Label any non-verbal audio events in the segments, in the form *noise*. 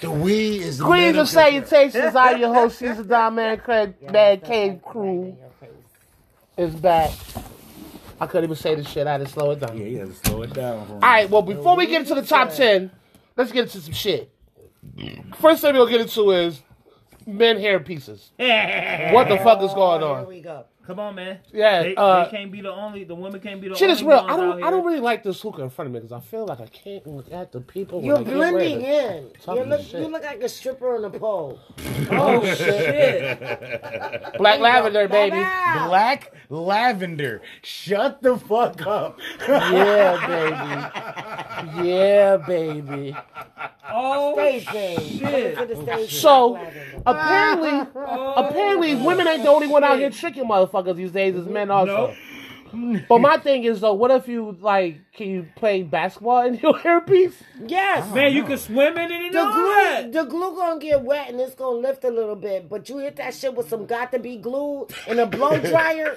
The weed is the Greetings middle and salutations. I'm your host, Caesar Don Man Craig Bad Cave Crew is back. I couldn't even say this shit. I had to slow it down. Yeah, you gotta slow it down. For me. All right, well, before we get into the top 10, let's get into some shit. First thing we're going to get into is men hair pieces. what the fuck is going Here on? Oh, we go. Come on, man. Yeah, they, uh, they can't be the only. The women can't be the Shit only. is real. I ones out don't. here. I don't really like this hookah in front of me because I feel like I can't look at the people. You're when I get ready. blending in. You Talking look, shit. you look like a stripper on a pole. *laughs* Oh shit! Black lavender, baby. Wow. Black lavender. Shut the fuck up. *laughs* Yeah, baby. Yeah, baby. Oh Stay thing. shit! To the stage. Oh, So Lavender. *laughs* apparently, apparently, women ain't the only one out here tricking motherfuckers these days. It's men also. But my thing is though, what if you like? Can you play basketball in your hairpiece? Oh, yes. Man, you can swim in it and The all glue, that. the glue gonna get wet and it's gonna lift a little bit, but you hit that shit with some got to be glue and *laughs* a blow dryer,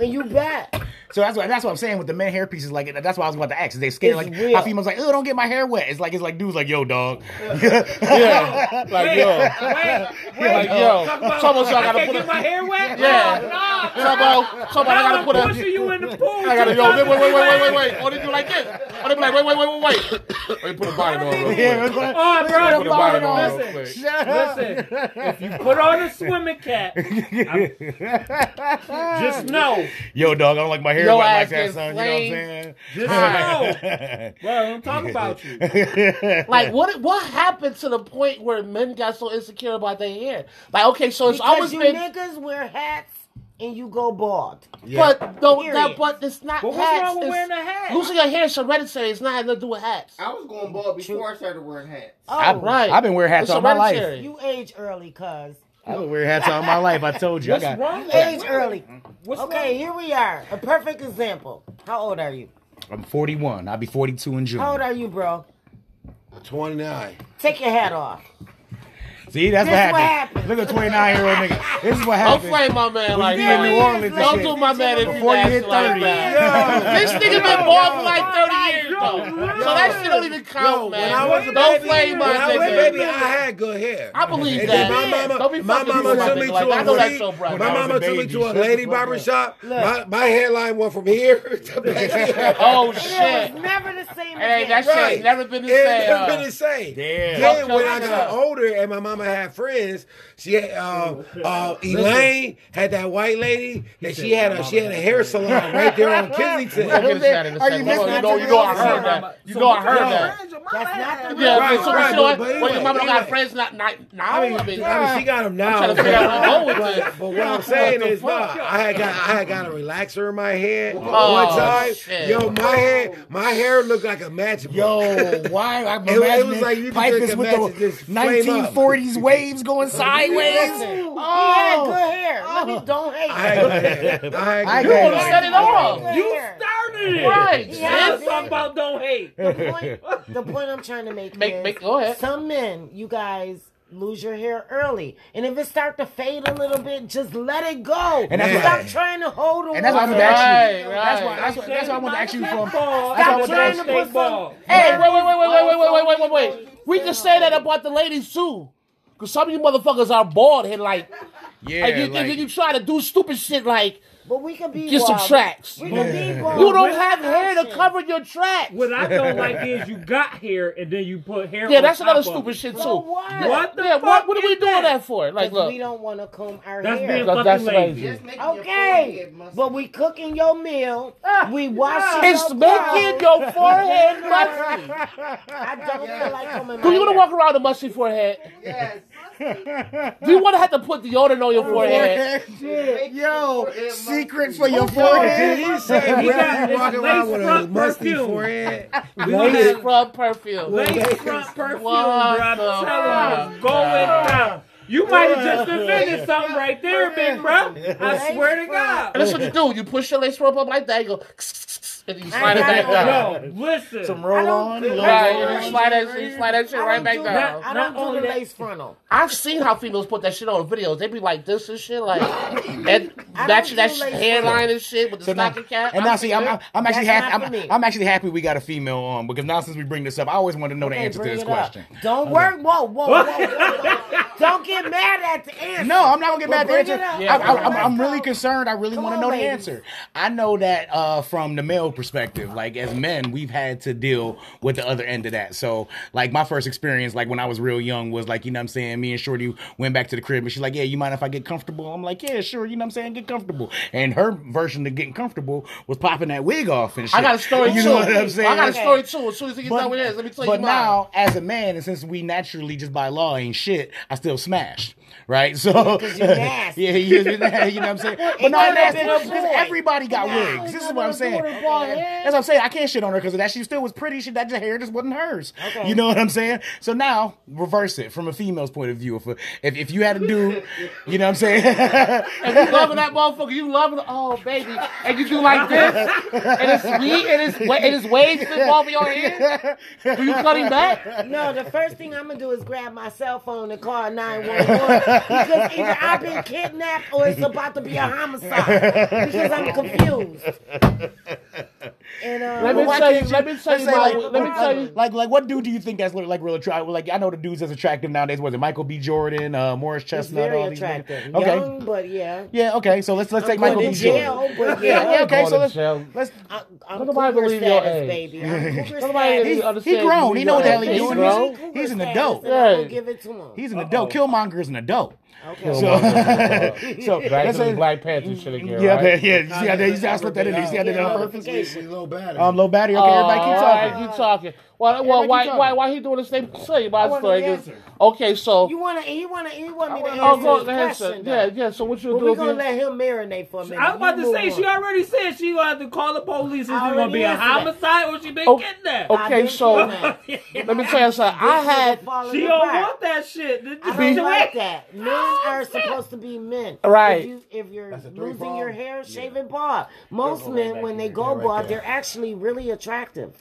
and you back. So that's what that's what I'm saying with the men hair pieces. Like that's why I was about to ask. Is they scared? It's like real. how females like, oh, don't get my hair wet. It's like it's like dudes like, yo, dog. Yeah, like yo, Wait, wait. like yo. Talk about, Someone said I I, gotta can't put get a. my hair wet. Yeah. No, no. Someone, someone, I gotta I'm put gonna push a. you in the pool. I gotta yo. Wait, wait, wait, wait, wait, wait. Or they do like this. Or they be like, wait, wait, wait, wait, wait. Or you put a bonnet on. Real quick. Yeah, it's like, *laughs* Oh, Put a bonnet bro. on. Real Listen, quick. shut up. listen. If you put on a swimming *laughs* cap, I'm- just know, Yo, dog, I don't like my hair Yo wet ass like that, is son. You just know what know. I'm Bro, don't talk about you. saying? Like what? What happened to the point where men got so insecure about their hair? Like okay, so it's always Because you been, niggas wear hats and you go bald. but no, Period. that, but it's not But what's hats. wrong with it's- wearing a hat? Losing your hair is hereditary. It's not having to do with hats. I was going bald before I started wearing hats. Oh, I've, right. I've been wearing hats It's all my life. hereditary. you age early, cuz. I've been wearing hats all my life. I told you. What's I got, wrong? You age early. What's Okay, wrong? here we are. A perfect example. How old are you? I'm 41. I'll be 42 in June. Oh, How old are you, bro? 29. Take your hat off. See, that's This what is what happened. Look happened. at 29 year old nigga. This is what Don't happened. flame my man like you in that. New Orleans, Don't shit. do my man if you Before you hit nasty like 30. that. This nigga been bald for like 30 years, though. So that shit don't even Yo, count, when I man. was a Don't baby, flame my when I was a baby, I nigga. had good hair. I believe And that. then my mama, Don't be my fucking with mama my took me nigga to like a that. I know that's lady- your brother. My When I was mama a took me baby, to a shut the lady fuck barber up. shop. My, my hairline went from here *laughs* to *laughs* back here. Oh, It shit. was never the same Hey, that again. shit ain't never been the same. It never been huh? the same. Damn. Then Fuck when your I nigga got uh, up. older and my mama had friends, she had uh, uh, Elaine had that white lady that she had a she had a hair salon right there on We'll get Kensington. into that in a Are you second. You know, listening you know, to you know I this? heard that. You know I heard Yo. that. That's not the Yeah, Right, so, right, you know what? but- but well, your anyway, mama don't got anyway. friends not, not now. I mean, I mean, I mean, she got them now. Oh, trying to figure out how to go with this. but, but what I'm saying is, nah, I had got I had got a relaxer in my head Oh, one time. shit. Yo, my hair my hair looked like a matchbook. Yo, why? I'm *laughs* It was- it was imagining like you could pipers just with the imagine just flame up. 1940s waves *laughs* going sideways. Listen, He Oh. had good hair. Let me- don't hate. I had good hair. I *laughs* had I good got hair. You set it off. You Hair. started it. Right. Now Yeah. it's talking about don't hate. The point, the point I'm trying to make, Make- is make- go ahead. some men, you guys lose your hair early, and if it start to fade a little bit, just let it go. And that's stop why- trying to hold on. And that's why I to was asking Right, you. right. That's why, that's why, that's why I wanted to ask you for. Ball. That's why I Stop wanted trying to to ask put ball. some. Hey, wait, wait, wait, wait, wait, wait, wait, wait, wait, wait. We can say that about the ladies too. Cause some of you motherfuckers are bald and like, Yeah, and you, like- you, *laughs* you try to do stupid shit like But we could be get some wild. tracks. We You could be wild. don't We're have hair to options. cover your tracks. What I don't like is you got hair and then you put hair. Yeah, on that's top another of stupid it. shit So too. what? What the Yeah, fuck? what, what are we is doing that? that for? Like, 'Cause look, we don't want to comb our That's hair. That- being fucking that's lazy. lazy. Okay, but we cooking your meal. We washing it's your making clothes. your forehead musty. *laughs* I don't feel like combing Do my you want to hair. walk around with a musty forehead? Yes. Do you want to have to put deodorant on your forehead? Shit. Yo, secret for your *laughs* Did forehead. he say He got- you it's walking around lace with a front musty *laughs* perfume. forehead? We don't Lace have scrub perfume. lace front perfume, bro. What I'm the telling fuck? you, going down. You might have just invented something right there, big bro. I Lace swear to front. God. And that's what you do. You push your lace rope up like that. You go. *laughs* Psst, and you slide it back I down. know. Yo, listen. Some I roll don't on. do- roll Right, on. and you slide that, you slide that shit I right don't back do down. that. I Not don't do only the that- lace frontal. I've seen how females put that shit on videos. They be like this and shit, *coughs* like that, I that, don't that do sh- lace hairline and shit with the So now- stocking cap. and now, see, I'm, I'm, I'm actually That's happy. not for me. I'm, I'm actually happy we got a female on because now since we bring this up, I always want to know the Hey, answer to bring this it up. question. Don't work. Whoa, whoa, whoa, whoa, whoa. Don't get mad at the answer. No, I'm not gonna get Well, mad at the bring it up. answer. Yeah, I, I, bring it I'm, up. I'm really concerned. I really Come want to on, know the ladies. answer. I know that uh, from the male perspective, like as men, we've had to deal with the other end of that. So, like my first experience, like when I was real young, was like you know what I'm saying. Me and Shorty went back to the crib, and she's like, "Yeah, you mind if I get comfortable?" I'm like, "Yeah, sure." You know what I'm saying? Get comfortable. And her version of getting comfortable was popping that wig off and shit. I got a story *laughs* You too. know what I'm saying? I got a story too. As soon as he gets But, done with this, let me tell but you mine. now, as a man, and since we naturally just by law ain't shit, I still smashed. Right, so *laughs* you nasty. yeah, you, you know what I'm saying. But it no, I'm could've nasty been a because boy. everybody got Nah, wigs. it This is could've what I'm been a saying. boy, That's bald head. what I'm saying. I can't shit on her because that she still was pretty. She that the hair just wasn't hers. You know what I'm saying? So now reverse it from a female's point of view. If a, if, if you had a dude, you know what I'm saying? *laughs* And you loving that motherfucker, you loving oh baby, and you do *laughs* like this, and it's sweet, and it's wa- and it's waves that fall over your head. Do you cut him back? No, the first thing I'm gonna do is grab my cell phone and call 911 because either I've been kidnapped or it's about to be a homicide because I'm confused. And uh, Let me Why tell you. can't Let me tell let's say, you. my- like, Let me tell you. Like, like, what dude do you think that's look- like real attractive? Like, I know the dudes that's attractive nowadays. Was it Michael B. Jordan, uh, Morris it's Chestnut? very all these attractive. niggas? Okay. Young, but yeah. Yeah. Okay. So let's let's take I'm Michael going B. to jail, Jordan. but Yeah. yeah. Yeah. Okay. Going So to let's jail. let's. I, I'm Nobody cougar believe your status, age. baby. I'm cougar Nobody status. really He's- he understands grown. He you know what the hell he are. doing. He's grown. He's- he's an adult. Yeah. Yeah. give it to him. He's an adult. Killmonger is an adult. Okay. So, so Oh, Back let's to the say- Black Panther shit again. yeah, right? man, yeah. You see how they, you see how I slipped that in there? You see how they did it on purpose? It's a little bad. Um, low battery. Okay, Oh, everybody keep all talking. right, keep talking. Well, well, keep why, talking. why, why he doing the same thing about I want story? the is- answer. Okay, so You wanna? He wanna? He want me to answer oh, go his ahead, sir. question? Yeah, though. yeah. So what you But do? we're if gonna you- let him marinate for a minute. I was about You to move say on. she already said she gonna have to call the police. Is it I gonna be already a answered homicide or she been Oh, kidnapped? okay, I've been so- kidnapped. Let *laughs* me tell you something. I had She don't want that shit. Did I you don't do like it? that. Men are supposed to be men. Right. If, you, if you're That's a three losing ball. your hair, shave it bald. Most Go right men, back when they there. go Yeah, right bald, there. they're actually really attractive.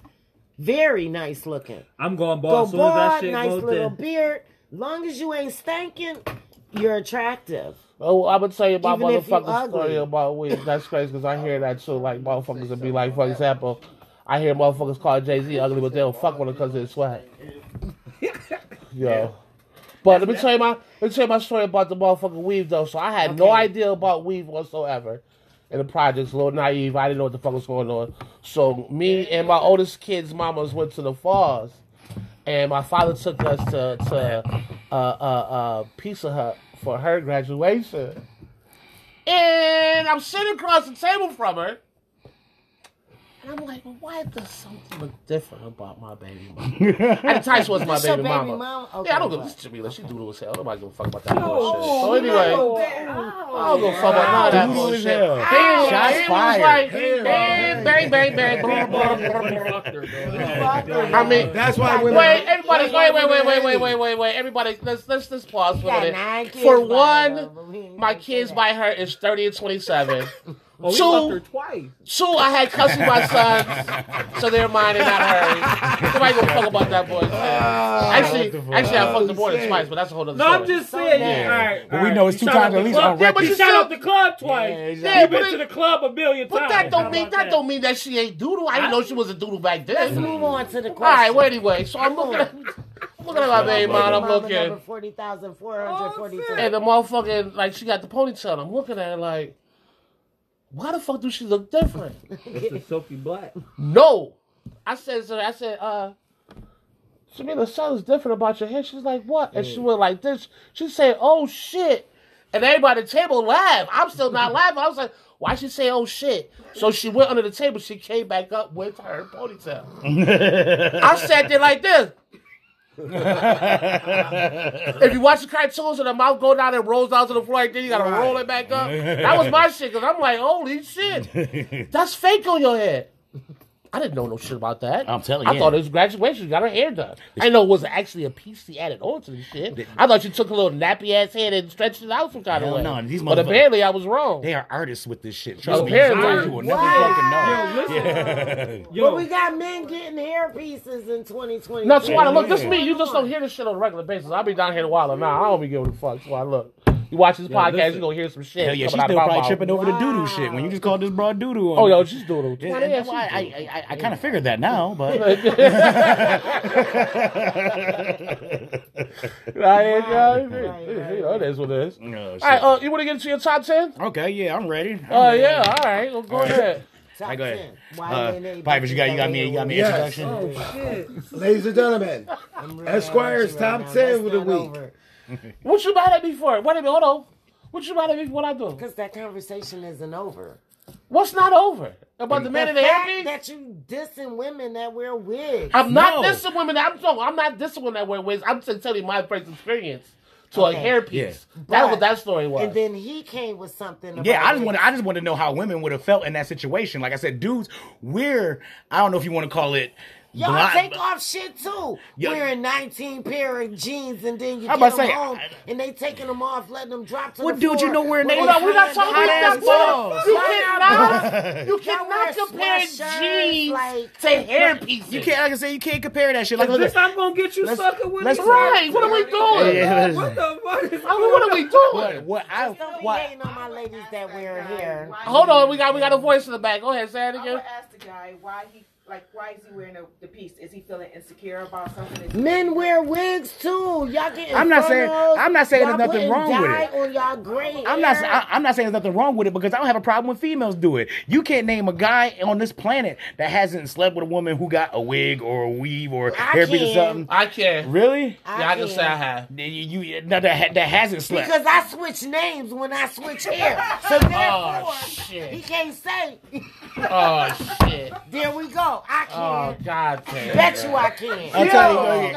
Very nice looking. I'm going Go bald as soon as that bald, shit nice goes little in. beard. Long as you ain't stanking, you're attractive. Oh, I would tell you about Even if you motherfucking ugly. story about wigs. That's crazy because I hear that too. Like motherfuckers would be like, for example, I hear motherfuckers call Jay Z ugly, but they don't fuck with him because of his swag. Yo. But let me tell you my let me tell you my story about the motherfucking weave though. So I had no Okay. idea about weave whatsoever. And the project's a little naive. I didn't know what the fuck was going on. So me and my oldest kid's mamas went to the falls, and my father took us to to uh, uh, uh, Pizza Hut for her graduation. And I'm sitting across the table from her. And I'm like, well, why does something look different about my baby mama? At the time, she was my That's baby, your baby mama. mama? Okay, yeah, I don't give but- this to me. She doodle as hell. Nobody give a fuck about that bullshit. Oh, So anyway, no. I don't give a fuck about none of that Doodle as bullshit. hell. Then it was Shots like- it was fired. like, Hell. bang, bang, bang, bang, *laughs* boom, boom. I mean, That's why women. Wait, everybody, wait, wait, wait, wait, wait, wait, wait, wait. Everybody, let's let's let's pause for a Got nine minute. kids For by her, but we one, ain't my gonna say kids that. by her is thirty and twenty-seven. Oh, we Two. fucked her twice. Two, I had cussing my sons, so they're mine and not hers. Nobody gonna fuck about that boy. *laughs* Ah, actually, what the fuck? actually, I fucked the boy Shit. twice, but that's a whole other No, story. I'm just saying. Yeah. All right, all But we right. know it's You two shot times up the at least club. on Yeah, but record. you shot up the club twice. Yeah, you exactly. Yeah, been but to the it- club a million times. But that How don't mean about that don't mean that she ain't doodle. I didn't know she was a doodle back Let's then. move on to the question. All right, well anyway, so I'm looking at, I'm looking at my baby mom. I'm looking. Number forty thousand four hundred Oh, forty-two. shit. And the motherfucking like she got the ponytail. I'm looking at her like, why the fuck do she look different? It's a silky *laughs* black. no. I said so I said, uh, Jamila, something's different about your hair. She's like, what? And she went like this. She said, oh shit. And everybody at the table laughed. I'm still not laughing. I was like, why she say oh shit? So she went under the table. She came back up with her ponytail. I sat there like this. if you watch the cartoons and the mouth go down and rolls down to the floor like this, you gotta roll it back up. That was my shit because I'm like, holy shit, that's fake on your head. I didn't know no shit about that. I'm telling I you. thought it was graduation. She got her hair done. I didn't know it was actually a piece she added on to the shit. I thought she took a little nappy ass head and stretched it out some kind of Hell way. no, these but motherfuckers- apparently I was wrong. They are artists with this shit. Trust me, Apparently. you will never Wow. fucking know. But Yo, we got men getting hair pieces in 2020. No, Swada, look, this me. You just don't hear this shit on a regular basis. I'll be down here in a while. Now I don't be giving a fuck. Swada, look. You watch this podcast, listen. you gonna hear some shit. Hell yeah, coming she's out of still my probably mouth. tripping over the doodoo shit when you just called this broad doodoo on. Oh, her. yo, she's doodle. Yeah, and that's why I, I, I, I kind of figured that now, but Right, yeah, Right, right, you know, it is what it *laughs* is. No, all Oh, shit. *laughs* right, *laughs* uh, you want to get into your top ten? okay, yeah, I'm ready. I'm Oh ready. yeah, all right, well, go ahead. I go ahead. Why ain't Uh, they- Pipers, you got you got me you got me Yes. introduction. Oh, shit. Ladies and gentlemen, Esquire's top 10 of the week. What you mad at me for? Wait a minute, hold on. What you mad at me for? What I do? Because that conversation isn't over. What's not over about the man in the the fact hairpiece? that you dissing women that wear wigs. I'm not No. dissing women. I'm no, I'm not dissing women that wear wigs. I'm just telling you my first experience to Okay. a hairpiece. Yeah. That's But- what that story was. and then he came with something. About Yeah, I just it. want I just want to know how women would have felt in that situation. Like I said, dudes, we're I don't know if you want to call it. Y'all blind- take off shit too. Yo- Wearing 19 pair of jeans and then you I'm get about them to say, home I- and they taking them off, letting them drop to What the dude you floor. know wearing with they- Hold on, we're not Hot talking about ass that. Balls. balls. You Hot cannot, you cannot wear compare sweatshirts, jeans like- to hairpieces. You can't like I said, you can't compare that shit. Like this look, I'm gonna get you let's- sucker with let's- me. Right? What are we doing? Yeah. What the fuck is I mean, what are we what, doing? what I Don't be why, hating on my ladies that wear hair. Hold on, we got we got a voice in the back. Go ahead, say it I would again. ask the guy why he like why is he wearing the, the piece? Is he feeling insecure about something? Is he- Men wear wigs too. Y'all getting I'm not saying- furloughs. I'm not saying Y'all there's nothing putting wrong with dye it. On y'all gray I'm not. hair. I, I'm not saying there's nothing wrong with it because I don't have a problem when females do it. You can't name a guy on this planet that hasn't slept with a woman who got a wig or a weave or I hairpiece or can. something. I can. Really? Yeah, I can say I have. You, you no, that, ha- that hasn't slept. Because I switch names when I switch hair. *laughs* So therefore, Oh he shit! can't say, Oh shit! there we go. I Oh can. god damn! Bet you I can. I'm telling Oh you,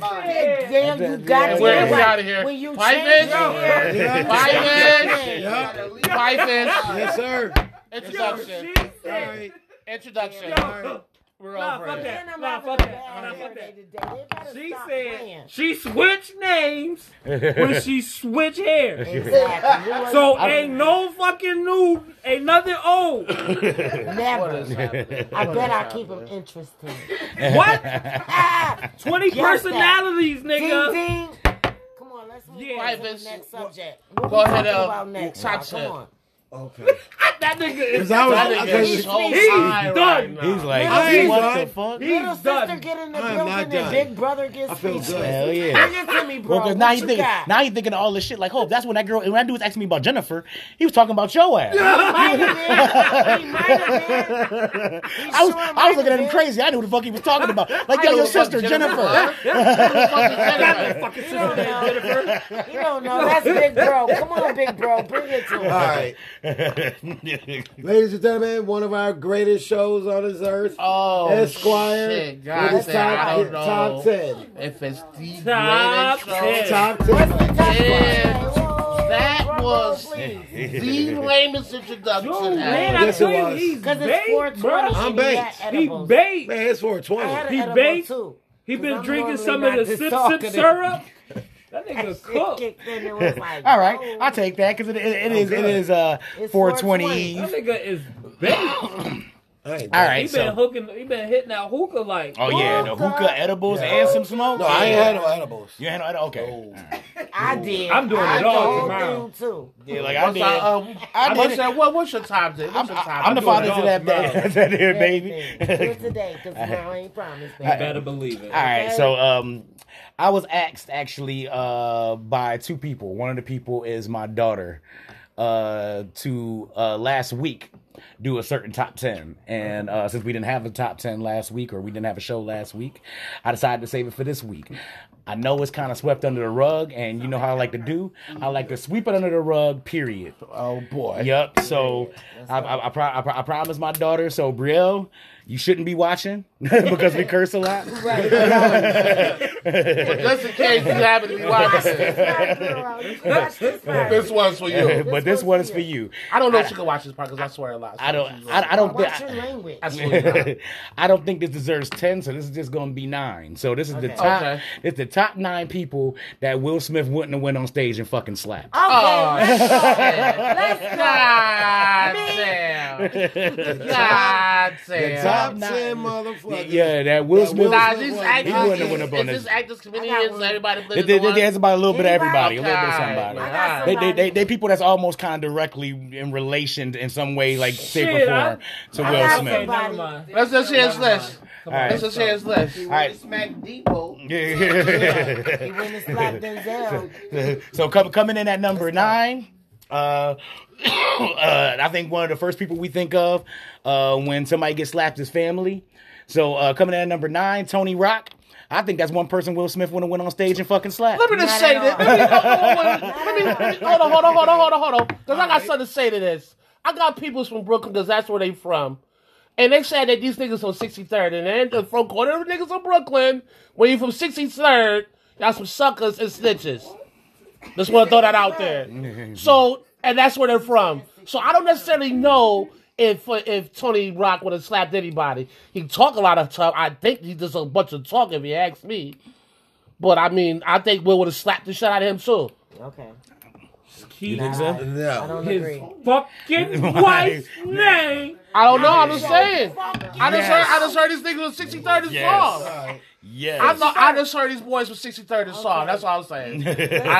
god damn! Damn, you got And it. we're- right. we're outta here. When you Bye, change bitch. your hair, Yeah. Bye, Yeah. Bye, Fizz. Yes, sir. Introduction. She All said. right. Introduction. All right. We're Nah, over fuck it. that. then I'm Nah, out fuck of that. bad Nah, fuck hair that. day to day. They better She stop playing. said she switched names when she *laughs* switched hair. Exactly. You *laughs* So ain't no fucking new, ain't nothing old. ain't What never. is happening? I bet I keep them interesting. What? Ah, Twenty Yes, personalities, ding nigga. ding. Come on, let's move Yeah. on to Right, the next bitch. subject. What Go we ahead, talking uh, about next? top y'all? ten. Come on. Okay. That nigga Because is. I was, That I nigga was is so He's high right done. *laughs* now. He's like, Nah. He's what done. the fuck? Little He's sister done. get in the I am building not and done. big brother gets I feel good. speechless. Hell yeah. Bring it to me, bro. Well, 'cause now What you you thinking, got? now you thinking all this shit. Like, hope that's when that girl. When that dude was asking me about Jennifer, he was talking about your ass. might have been. *laughs* He might have been. He I was, sure might I was looking have at him been. crazy. I knew who the fuck he was talking about. *laughs* Like, yo, know your the fuck sister Jennifer. Jennifer. Jennifer. Fucking He don't sister know. named Jennifer. He don't know. That's big bro. Come on, big bro. Bring it to him. All right. Ladies and gentlemen, one of our greatest shows on this earth. Oh, Esquire. shit, with God, his damn, I top, don't top know 10. if it's the Top greatest ten. show. Top 10. Yeah, Whoa, that drum roll, was- *laughs* please. the lamest introduction Yo, man, ever. I Yes, it tell you, was. he's Cause bait, it's four bruh. twenty. I'm baked. He bait. Man, it's I had 420. an He edible baked. too. He Cause been I'm drinking normally some not of the this sip sip talkative. syrup. That nigga Shit cook. kicked in. It was like, All right, oh. I'll take that because it, it, it is it good. is uh It's 420. 420. That nigga is bait. I ain't All done. He right, been so hooking. He been hitting out hookah like. oh yeah, Oh. the hookah, edibles, and some smoke. No, I ain't had no edibles. You ain't had no okay. I did. I'm doing I it all did tomorrow. thing, Too. Yeah, like I What's did. our, um, uh, I what's did. that- what, what's your time today? What's I'm, your time? I'm the today? father to dog that, that, *laughs* tomorrow. that there, Everything. Do baby. it today, *laughs* cause tomorrow I ain't promised. baby. Better believe it. All right, so um, I was asked actually uh by two people. One of the people is my daughter, uh, to uh last week do a certain top ten, and uh since we didn't have a top ten last week or we didn't have a show last week, I decided to save it for this week. I know it's kind of swept under the rug, and you know how I like to do. I like to sweep it under the rug. Period. Oh boy. Yep. So I, I, I, pro- I, pro- I promised my daughter. So Brielle, you shouldn't be watching *laughs* because we curse a lot. Just in case you happen to be *laughs* watching This this, right, girl. You watch this right. this one's for you. but this one's one is for for you. I don't know if she can watch this part because I swear a lot. I don't. She's I, I don't. Watch Think, *laughs* your language. absolutely not. I, I don't think this deserves ten. So this is just gonna be nine. So this is the Okay. top. Okay. It's the top nine people that Will Smith wouldn't have went on stage and fucking slapped. Okay, Oh, let's go. shit. *laughs* Let's go. God Me? damn. yeah, God The damn. top Top ten motherfuckers. that Will That Smith. Will Nah, Smith is this He actors, wouldn't have went up on is this this. actors, I comedians, got one. everybody? They, they, they, that's about a little bit of everybody, a little bit of Okay. somebody. I got Ah, They, some- they, they, they people that's almost kind of directly in relation in some way, like shape or Shit, form, to I Will got Smith. Okay, somebody. never mind. Let's just share his Never mind. list. Come All on. right. Let's just share his list. He right. right. smack Debo. Yeah. *laughs* He went and slapped Denzel. so come, coming in at number nine, uh, *coughs* uh, I think one of the first people we think of uh, when somebody gets slapped is family. So uh, coming in at number nine, Tony Rock. I think that's one person Will Smith would have went on stage and fucking slapped. Let me just Not say this. at all. Let me, hold, on, let me- let me- hold on, hold on, hold on, hold on, hold on. Because I got something to say to this. I got peoples from Brooklyn because that's where they from. And they said that these niggas from 63rd. And then the front corner of niggas from Brooklyn, when you from 63rd, y'all some suckers and snitches. Just want to throw that out there. So, and that's where they're from. So I don't necessarily know if uh, if Tony Rock would have slapped anybody. He talk a lot of tough. I think he just a bunch of talk if you ask me. But I mean, I think Will would have slapped the shit out of him too. Okay. Keep I No. don't his agree. fucking wife's name. I don't know. I'm just saying. Fuck you. I just heard. I just heard this nigga was 63rd and Yes. song. Yes. I *laughs* know. I just heard these boys from 63rd and song. That's all I'm saying. I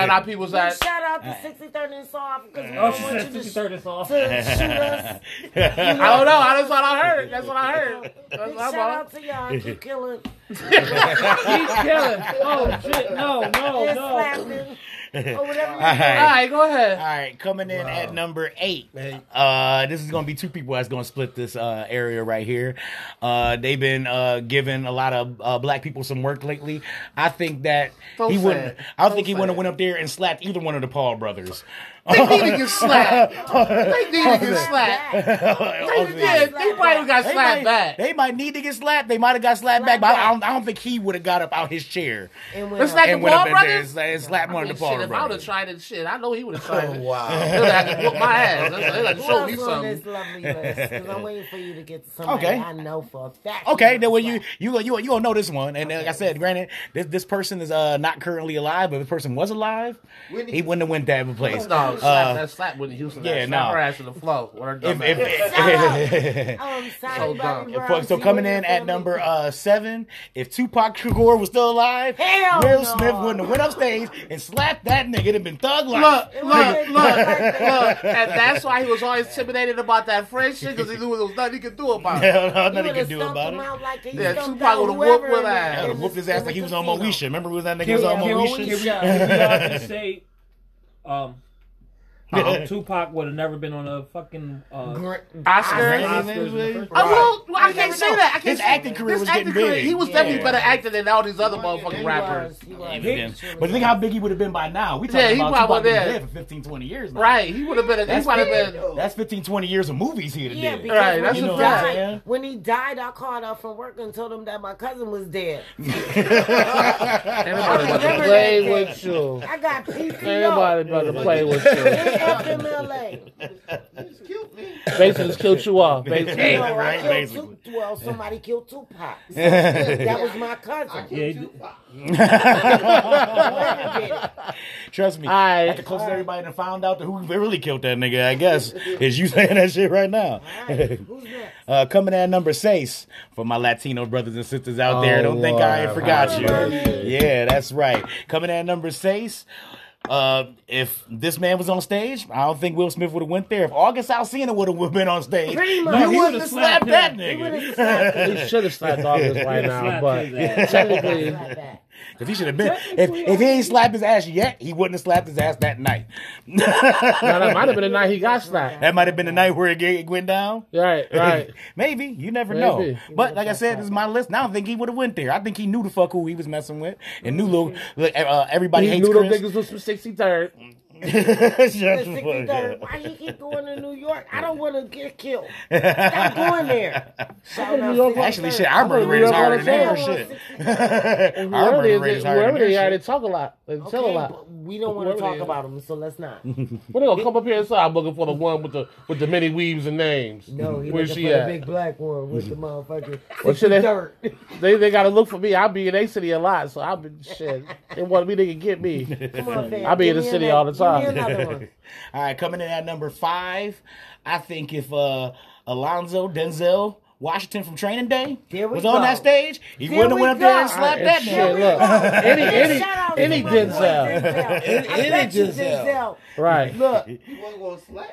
and *laughs* I people's that. Shout out to 63rd and Soft because we Oh, don't she want said you to 63rd is off. *laughs* to shoot us. I don't know. I- That's what I heard. That's what I heard. That's Big what shout I'm out to *laughs* y'all. Keep killing. *laughs* Keep killing. Oh shit! No, no, Oh, and no. slapping. Or *laughs* whatever. All All right. right, go All ahead. right, coming in at number eight. Eight. Uh, this is gonna be two people that's gonna split this uh, area right here. Uh, they've been uh, giving a lot of uh, black people some work lately. I think that Don't he say wouldn't. it. I don't Don't think he say wouldn't it. have went up there and slapped either one of the Paul brothers. *laughs* They need to get slapped. They need to get slapped. They, yeah, they probably got They slapped might, back. they might need to get slapped. They might have got slapped back, Slapped but I back. don't, I don't think he would have got up out his chair And It's when- like and the went Paul up in there and brothers. sla- and slapped one of Shit, the Paul if I would have brothers. tried it, shit, I know he would have tried Oh, it. *laughs* wow. They'd have to whoop my ass. They'd have to Who show else me on something. this lovely list? 'Cause *laughs* I'm waiting for you to get to somebody Okay. I know for a fact. Okay, that then well, you you you you gonna know this one. And like I said, granted, this this person is uh not currently alive, but if the person was alive, Whitney- he wouldn't have went that place. No, slap Uh, that slap Whitney Houston. yeah, Yeah, slap no. her ass to the floor. with her if, dumb if, ass. *laughs* Um, So sorry, dumb. Bobby Brown, Fuck, so you coming and in your at family. number uh seven, if Tupac Shakur was still alive, Hell Will no. Smith wouldn't have went up stage and slapped that nigga. It'd have been thug life. *laughs* Look, It look, look, was- look, and that's why he was always intimidated about that French shit because he knew there was nothing he could do about it. Hell, You nothing he would've could do stumped about him it. out like he Yeah, stumped Tupac out would've whooped whoever his in ass. I the- would have in whooped his the- ass in like the he was on casino. Moesha. Remember when that nigga was on Can we Moesha? *laughs* also say, um, um, Tupac would have never been on a fucking uh, Oscar. Right. Oscars. I, well, I can't say that. I can't His say- acting career his was acting getting career, big. He was Yeah. definitely better acting than all these other motherfucking He rappers. was, he was. Even then. But think how big he would have been by now. We talking Yeah, he about probably Tupac been did. dead for 15, 20 years. Now. Right? He would have been. He That's would have big. been. That's 15, 20 years of movies he would Yeah, have because did. *laughs* Right, when, that's he a fact. Yeah. died, when he died, I called out from work and told him that my cousin was dead. Everybody about to Remember play that with you. I got PCO. Everybody about to play with you. FMLA. Basically, just killed you off. Basically. No, right, I killed two, well, somebody killed Tupac. that was my cousin. Whoever did it. Trust me. Alright. That's the closest everybody done found out to who really killed that nigga, I *laughs* guess, is you saying that shit right now. Who's next? Uh, coming at number six for my Latino brothers and sisters out there. Oh, Don't think I ain't Lord, forgot have you. Yeah, that's right. Coming at number six. Uh, if this man was on stage, I don't think Will Smith would have went there. If August Alsina would have *laughs* been on stage, Pretty much. you He wouldn't would've have slapped that slapped He would nigga. have slapped him. He should have slapped August right now, slapped but his ass. technically, Like that. If he should have been, if, if he ain't slapped his ass yet, he wouldn't have slapped his ass that night. now that might have been the night he got slapped. That might have been the night where it ga- it went down. *laughs* Right, right. Maybe you never know. Maybe. But like I said, this is my list. and I don't think he would have went there. I think he knew the fuck who he was messing with, and knew little. look, Uh, everybody Mm-hmm. He hates knew them Chris. *laughs* niggas was from 63rd. Shut The the fuck 63rd. up. Why he keep going to New York? I don't want to get killed. Stop going there. Shout New out York- 63rd. Actually, shit, our murder rate is higher than theirs. Shit, our Wherever murder they, rate is higher wherever than they theirs. are, they talk a lot. They tell a Okay, lot. but we don't want to Wherever talk they- about them, so let's not. When they gonna come up here and say, "I'm looking for the one with the with the many weaves and names"? No, Oh, he Where's looking she for at? the big black one with the motherfucking Well, *laughs* should they- 63rd. They they gotta look for me. I be in a city a lot, so I be shit. They want me to get me. *laughs* Come on, fam. I be in Give the me city another- all the Give me time. another one. All right, coming in at number five, I think if uh Alonzo Denzel Washington from Training Day There we was on that go. stage, he There wouldn't have we went up there and go. Uh, slapped And that shit, man. look. Any any Shout out to any my boy Denzel. Denzel. I Any bet you Denzel. Denzel. Right. Look, You wasn't gonna slap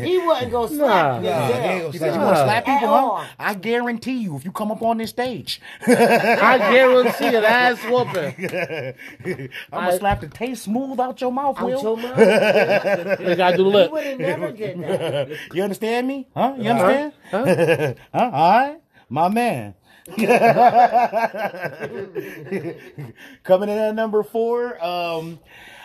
me. he wasn't gonna slap Nah. Nah, they ain't Denzel. gonna He slap said, you. "You gonna slap At people, all. huh? I guarantee you, if you come up on this stage, *laughs* I guarantee an ass whooping. I'm I- gonna slap the taste smooth out your mouth, Out your Will. mouth. He They gotta do the would look. have never did that. You understand me? Huh? You understand? *laughs* Huh? All right, my man. *laughs* Coming in at number four, um,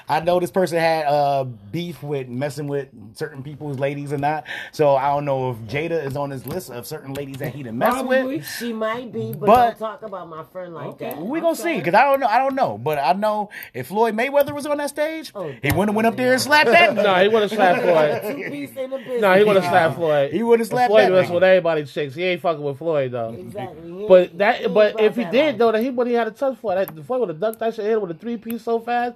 I know this person had uh, beef with messing with certain people's ladies or not. So I don't know if Jada is on this list of certain ladies that he done messed with. She might be, but, But- don't talk about my friend like that. We I'm gonna see, sorry. cause I don't know. I don't know, but I know if Floyd Mayweather was on that stage, Oh, he wouldn't have went up there and slapped that. No, he wanna slap Floyd. Two piece in the business. No, he wanna slap Floyd. He wouldn't slap Floyd that mess nigga. with everybody chicks. He ain't fucking with Floyd though. Exactly. He But ain't- he that, ain't but about if he that did life. though, that he would have had a touch for that. Floyd would have ducked that shit in with a three piece so fast.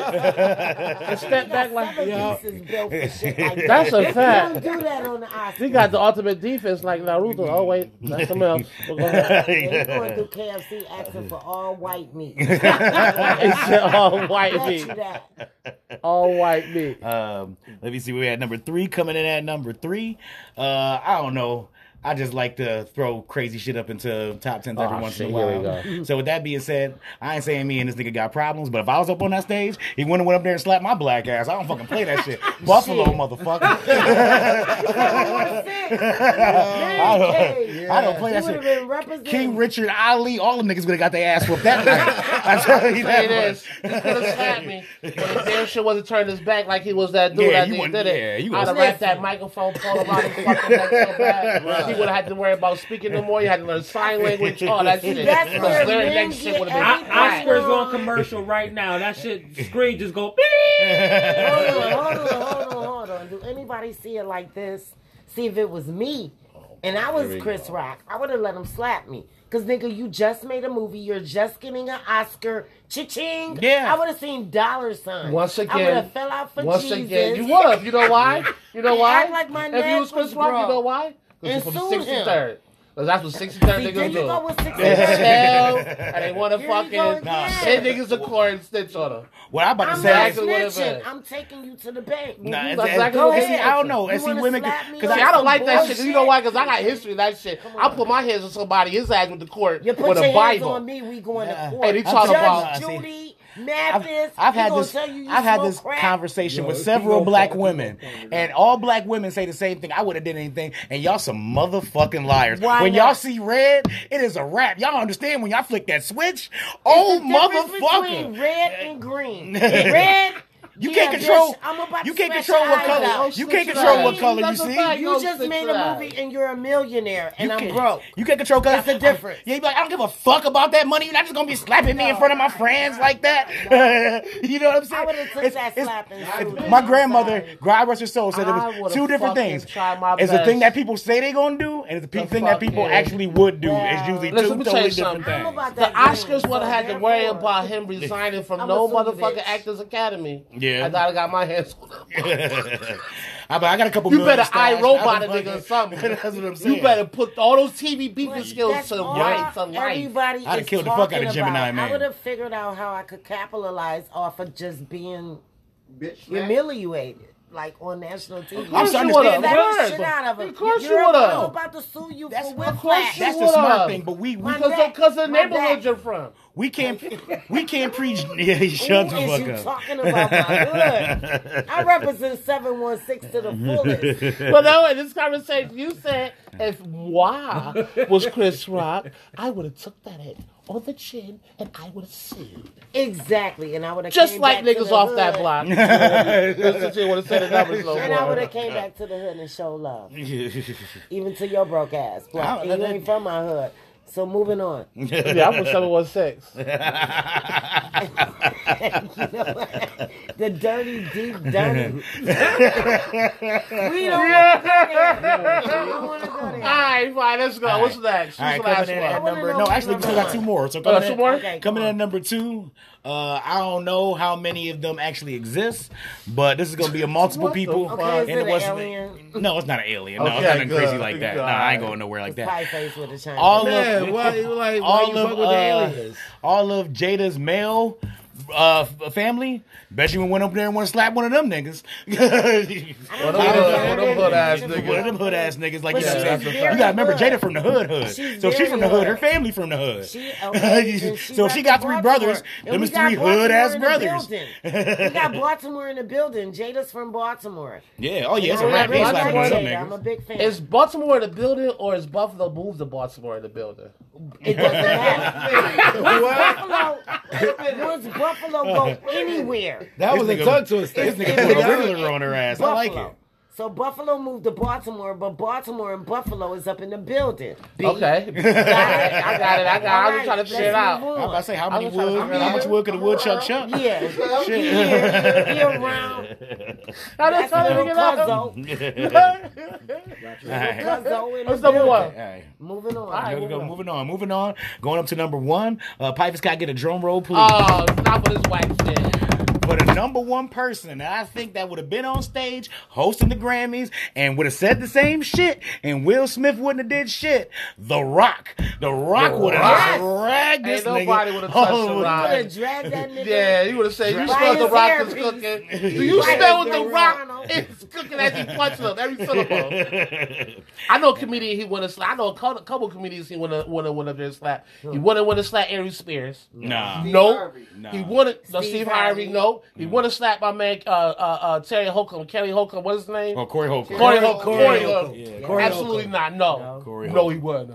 *laughs* and stepped back like Seven pieces built for shit like that. that's a fact. Don't do that on We the Oscars. got the ultimate defense like Naruto. Oh wait, that's something else. *laughs* We're gonna- *laughs* They're going through KFC asking for all white meat. it's all white Bet you meat. that. All white meat. Um, Hmm. let me see. We had number three coming in at number three. Uh, I don't know. I just like to throw crazy shit up into top tens every Aw, once shit, in a here we while. So with that being said, I ain't saying me and this nigga got problems, but if I was up on that stage, he wouldn't have went up there and slapped my black ass. I don't fucking play that *laughs* shit. Buffalo motherfucker. *laughs* *laughs* I don't, I don't play He that would have shit. been representing. King Richard Ali, all them niggas would have got their ass whooped that *laughs* night. I tell you Say that this. much. He could have slapped me, but if damn sure wasn't turned his back like he was that dude Yeah, that you he wouldn't- did yeah, it. you I'd have wouldn't- wrapped that microphone pole around his fucking neck so bad. He would have had to worry about speaking no more. He had to learn sign language, *laughs* all that shit. That's His where Larry men Neck shit get would every- have been. I, Oscar's Right. on commercial right now. That shit screen just go. Hold on, hold on, hold on, hold on. Do anybody see it like this? See if it was me, Oh, and I was Chris Rock, I would have let him slap me. Cause nigga, you just made a movie. You're just getting an Oscar. Cha-ching. Yeah. I would have seen dollar signs. Once I would again, have fell out for Once Jesus. again, you would have. You know why? You know He why? act like my if neck you was Chris was Rock, broke. you know why? Because And from sued him. 63rd. Because that's what 63rd See, niggas did you *laughs* go do. with six? They tell, and they want to Here you go fucking again. send niggas a court and stitch on them. What I'm about to I'm say not is Exactly what it snitching. is. I'm taking you to the bank. Nah, That's it's- exactly it's- what it's- it is. I don't know. You I see wanna women slap me because on See, I I don't. don't like that shit. bullshit. You know why? Because I got history with that shit. I put my hands on somebody, his ass with the court, You put with your a hands Bible. on me, we going Nah. to court. Hey, they talking Judge about- Judy I've, Mathis. I've he had gonna this. Tell you you I've had smoke this crack. conversation Yo, with if he several gonna black fuck, he women, gonna fuck. and all black women say the same thing. I would have did anything, and y'all some motherfucking liars. Why when not? y'all see red, it is a wrap. Y'all understand when y'all flick that switch? The Oh difference between motherfucker! red *laughs* and green. Red. You yeah, can't bitch, control. I'm about You to can't smash control your what eyes color. out. You can't shit, control right. what color you That's a see. fact. You Go just sit made your a movie eyes. and you're a millionaire and You I'm can't- broke. You can't control color. That's the difference. Yeah, you be like, I don't give a fuck about that money. You're not just gonna be slapping me in front of my friends like that. *laughs* you know what I'm saying? I would've took that slap and it's- sued. My I'm grandmother, sorry. God rest her soul, said I it was would've two different fucking things. tried my It's a thing best. that people say they gonna do, and it's a pe- The thing that fuck, people yeah. actually would do. it's Well, usually Listen, let two me tell totally you different something. things. I'm about The that Oscars green, would have had so to worry therefore- about him resigning from *laughs* I'm no a Suda motherfucking bitch. Actors Academy. Yeah. I thought I got my hands on him. *laughs* *laughs* I, but I got a couple. You million better stashed. eye robot I a was nigga or like- something. *laughs* That's what I'm saying. You better put all those TV beefing But skills that's to all right to life. Everybody I'd've is killed the fuck out of talking Gemini about. Man. I would have figured out how I could capitalize off of just being Bitch, man. humiliated, like on national TV. I'm sorry, you would've. understand that. Slap the Of course. shit out of him. Of course you You're would about- have. about to sue you That's for the- of whiplash. course That's you the smart would've. thing, but we we, My Because of, cause of the My neighborhood back. you're from. we can't we can't *laughs* preach. Yeah, *laughs* shut Who the is fuck you up. talking about my hood? I represent 716 to the *laughs* fullest. But no, in this conversation, you said if why was Chris Rock, I would have took that hit on the chin, and I would have sued. Exactly, and I would have Just like niggas off that *laughs* block. That's what would have said the *laughs* numbers no And I would more. have came back to the hood and show love, *laughs* even to your broke ass block. Oh, I- And you ain't from my hood, so moving on. You Yeah, I'm *laughs* from 716. know what? the dirty, *laughs* deep, dirty. we don't want to go All *laughs* there. right, fine, let's go. What's next? All right, Who's the last coming in at one? wanna number. know No, who's actually, we number still got one. two more. So Oh, coming two in, more? Okay, come coming in on. at number two. Uh, I don't know how many of them actually exist, but this is gonna be a multiple What the people. fuck? Okay, is and it what's- an alien? No, it's not an alien. No, Okay, it's nothing good, crazy like that. good. No, I ain't going nowhere like It's that. pie face with a China. All of Man, why you like why all you fuck of with the uh, aliens? all of Jada's male uh, f- family. Bet you went up there and want to slap one of them niggas. One of I them don't hood- one know. of them hood ass One of them niggas. hood ass niggas, like you know But what she's I'm very saying. You gotta remember hood. Jada from the hood, hood. She's so she's very from the hood. hood. Her family from the hood. *laughs* She okay, and so back she to got three Baltimore. brothers. And Them we is got three Baltimore hood ass in the brothers. building. *laughs* we got Baltimore in the building. Jada's from Baltimore. Yeah. Oh yeah. It's a Well, I rap. that's They really why slapping like one of them Jada. I'm a niggas. big fan. Is Baltimore in the building or is Buffalo moved to Baltimore in the building? *laughs* it doesn't matter. What? *laughs* Buffalo, once Buffalo go anywhere, That was nigga- a tongue twister. This nigga put a riddler on her ass. I Buffalo. like it. So Buffalo moved to Baltimore, but Baltimore and Buffalo is up in *laughs* the building. B. Okay. Got it. I got it. I got it. I'm just trying to Alright, figure it let's out. move I'm about to say how I many was trying to wood, figure it how out. much wood could a woodchuck chuck? Yeah, *laughs* Shit. year, *laughs* year round. I'm just That's trying to little figure it out. Cuzzo. All right. Cuzzo in What's the number building. one? All right. Moving on. Alright. Here we go. moving on. Moving on, moving on. Going up to number one. Uh, Pipe Scott, get a drum roll, please. Oh, not for this white shit. For the number one person, and I think that would have been on stage hosting the Grammys and would have said the same shit, and Will Smith wouldn't have did shit. The Rock, The Rock would have Rock. dragged this Ain't nobody nigga. would have touched Oh, The Rock. Would have dragged that nigga. Yeah, you would have said, you Right. smell the His rock is hairpiece. cooking. Do you Right. smell what His the rock Toronto. is cooking as he punches him every syllable? I know a comedian he wouldn't slap. I know a couple, couple comedians he wouldn't wouldn't went up there and slap. He wouldn't want to slap Ari Spears. Nah. Steve No, Harvey. Nah. he wouldn't. No, Steve Steve Harvey. Harvey. No, he wouldn't slap my man uh, uh, uh, Terry Holcomb, Kelly Holcomb. What's his name? Oh, Corey Holcomb. Corey Corey Holcomb. Holcomb. Corey Corey Holcomb. Holcomb. Yeah. Corey Absolutely Holcomb. not. No, Corey no, Holcomb. he wouldn't.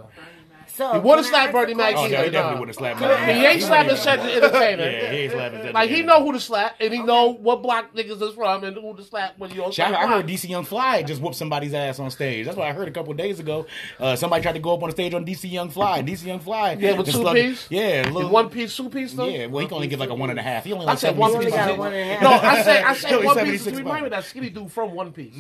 So He would've can I slapped ask Bernie a Mac. Oh, question? no, he definitely Nah. would have slapped He ain't slapping such an entertainer. Yeah, he ain't slapping such Like he know who to slap, and he know what block niggas is from, and who to slap when you on. Shit, I, I block. heard DC Young Fly just whooped somebody's ass on stage. That's what I heard a couple of days ago. Uh, somebody tried to go up on the stage on DC Young Fly. DC Young Fly. Yeah, with just two slugged- piece? Yeah, The little, one piece, two piece though. Yeah, well, he can only get like a one and a half. He only I like said one piece. only got a one and a half. No, I said *laughs* I He said only one piece. 76 To remind me pounds. that skinny dude from One *laughs* Piece.